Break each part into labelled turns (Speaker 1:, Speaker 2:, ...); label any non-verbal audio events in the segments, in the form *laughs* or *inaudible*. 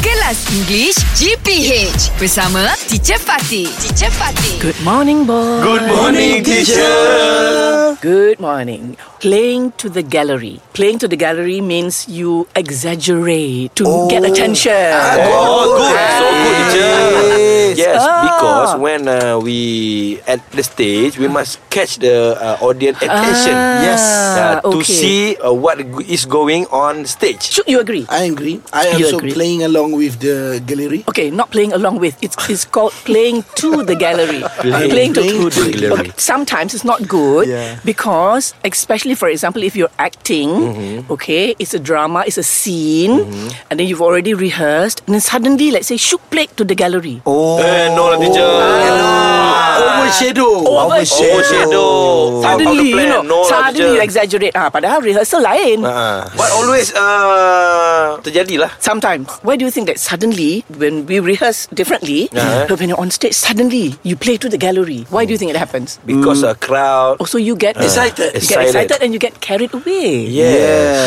Speaker 1: Kelas English GPH bersama Teacher Fatih. Teacher Fatih.
Speaker 2: Good morning, boy.
Speaker 3: Good morning, teacher.
Speaker 2: Good morning. Playing to the gallery. Playing to the gallery means you exaggerate to get attention.
Speaker 3: Oh, good. So good, teacher. Yes,
Speaker 2: Ah.
Speaker 3: because when uh, we at the stage, we must catch the uh, audience attention.
Speaker 2: Ah, Yes.
Speaker 3: Uh, to
Speaker 2: okay.
Speaker 3: see uh, what is going on stage.
Speaker 2: Should you agree?
Speaker 4: I agree. I am
Speaker 2: You
Speaker 4: also
Speaker 2: agree?
Speaker 4: playing along with the gallery.
Speaker 2: Okay, not playing along with. It's, it's called playing to the gallery.
Speaker 3: *laughs* Playing
Speaker 4: to the
Speaker 3: gallery.
Speaker 2: Sometimes it's not good
Speaker 4: Yeah.
Speaker 2: because, especially for example, if you're acting,
Speaker 3: Mm-hmm.
Speaker 2: okay, it's a drama, it's a scene, and then you've already rehearsed, and then suddenly, let's say, shoot play to the gallery.
Speaker 3: Eh, no, lah, teacher.
Speaker 2: Ah.
Speaker 3: Oh,
Speaker 4: Overshadow.
Speaker 2: Overshadow.
Speaker 3: Ah. Overshadow. Out of the
Speaker 2: Suddenly, you
Speaker 3: plan.
Speaker 2: know,
Speaker 3: No, lah,
Speaker 2: suddenly you
Speaker 3: teacher.
Speaker 2: exaggerate. Ah, padahal rehearsal lain.
Speaker 3: Ah. But always uh, terjadilah.
Speaker 2: Sometimes. Why do you think that suddenly, when we rehearse differently,
Speaker 3: Yeah.
Speaker 2: but when you're on stage, suddenly you play to the gallery? Why do you think it happens?
Speaker 3: Because a crowd.
Speaker 2: Also, Oh, you get
Speaker 4: Excited.
Speaker 2: You get
Speaker 3: Uh, Excited.
Speaker 2: excited and you get carried away.
Speaker 3: Yes.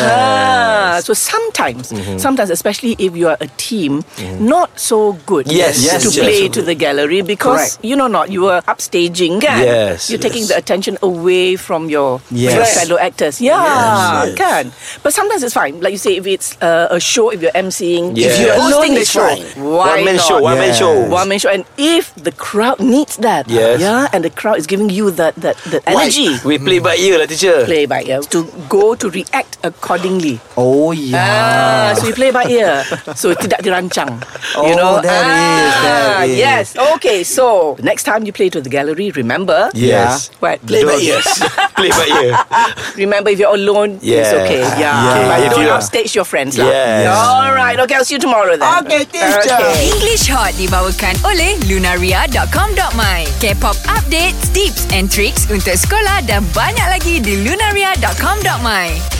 Speaker 2: Ah,
Speaker 3: Mm-hmm.
Speaker 2: so sometimes, sometimes, especially if you are a team, not so good
Speaker 3: Yes,
Speaker 2: to
Speaker 3: yes,
Speaker 2: play
Speaker 3: yes.
Speaker 2: to the gallery because you know not you are upstaging, kan?
Speaker 3: Yes,
Speaker 2: you're taking the
Speaker 3: yes.
Speaker 2: attention away from your
Speaker 4: Yes.
Speaker 2: fellow actors. Yeah,
Speaker 4: Yes, yes.
Speaker 2: can. But sometimes it's fine. Like you say, if it's uh, a show, if you're emceeing, if you're
Speaker 3: Yes. If you're
Speaker 2: hosting
Speaker 4: alone,
Speaker 2: the
Speaker 4: it's
Speaker 2: show,
Speaker 4: fine.
Speaker 2: why
Speaker 3: One man
Speaker 2: not?
Speaker 3: show. One man
Speaker 4: Yes.
Speaker 3: show.
Speaker 2: One man show, and if the crowd needs that,
Speaker 3: Yes.
Speaker 2: yeah, and the crowd is giving you that that, that
Speaker 4: Why?
Speaker 2: energy,
Speaker 3: We play by ear lah, teacher.
Speaker 2: play by ear to go to react accordingly.
Speaker 5: Oh yeah.
Speaker 2: Ah, so you play by ear. So tidak dirancang. you
Speaker 5: Oh,
Speaker 2: know.
Speaker 5: there is, there
Speaker 2: Ah,
Speaker 5: is.
Speaker 2: Yes. Okay. So next time you play to the gallery, remember.
Speaker 3: Yes.
Speaker 2: What?
Speaker 4: Play by
Speaker 3: Don't-
Speaker 4: ears.
Speaker 3: *laughs* play by ear.
Speaker 2: Remember if you're alone, it's
Speaker 3: Yeah.
Speaker 2: okay. Yeah.
Speaker 3: Yeah.
Speaker 2: But
Speaker 3: If
Speaker 2: don't
Speaker 3: you-
Speaker 2: upstage your friends lah.
Speaker 3: Yes.
Speaker 2: All right. Okay. I'll see you tomorrow then.
Speaker 5: Okay, teacher.
Speaker 1: English Hot dibawakan oleh lunaria.com.my. K-pop updates, tips and tricks untuk sekolah dan banyak lagi di lunaria.com.my.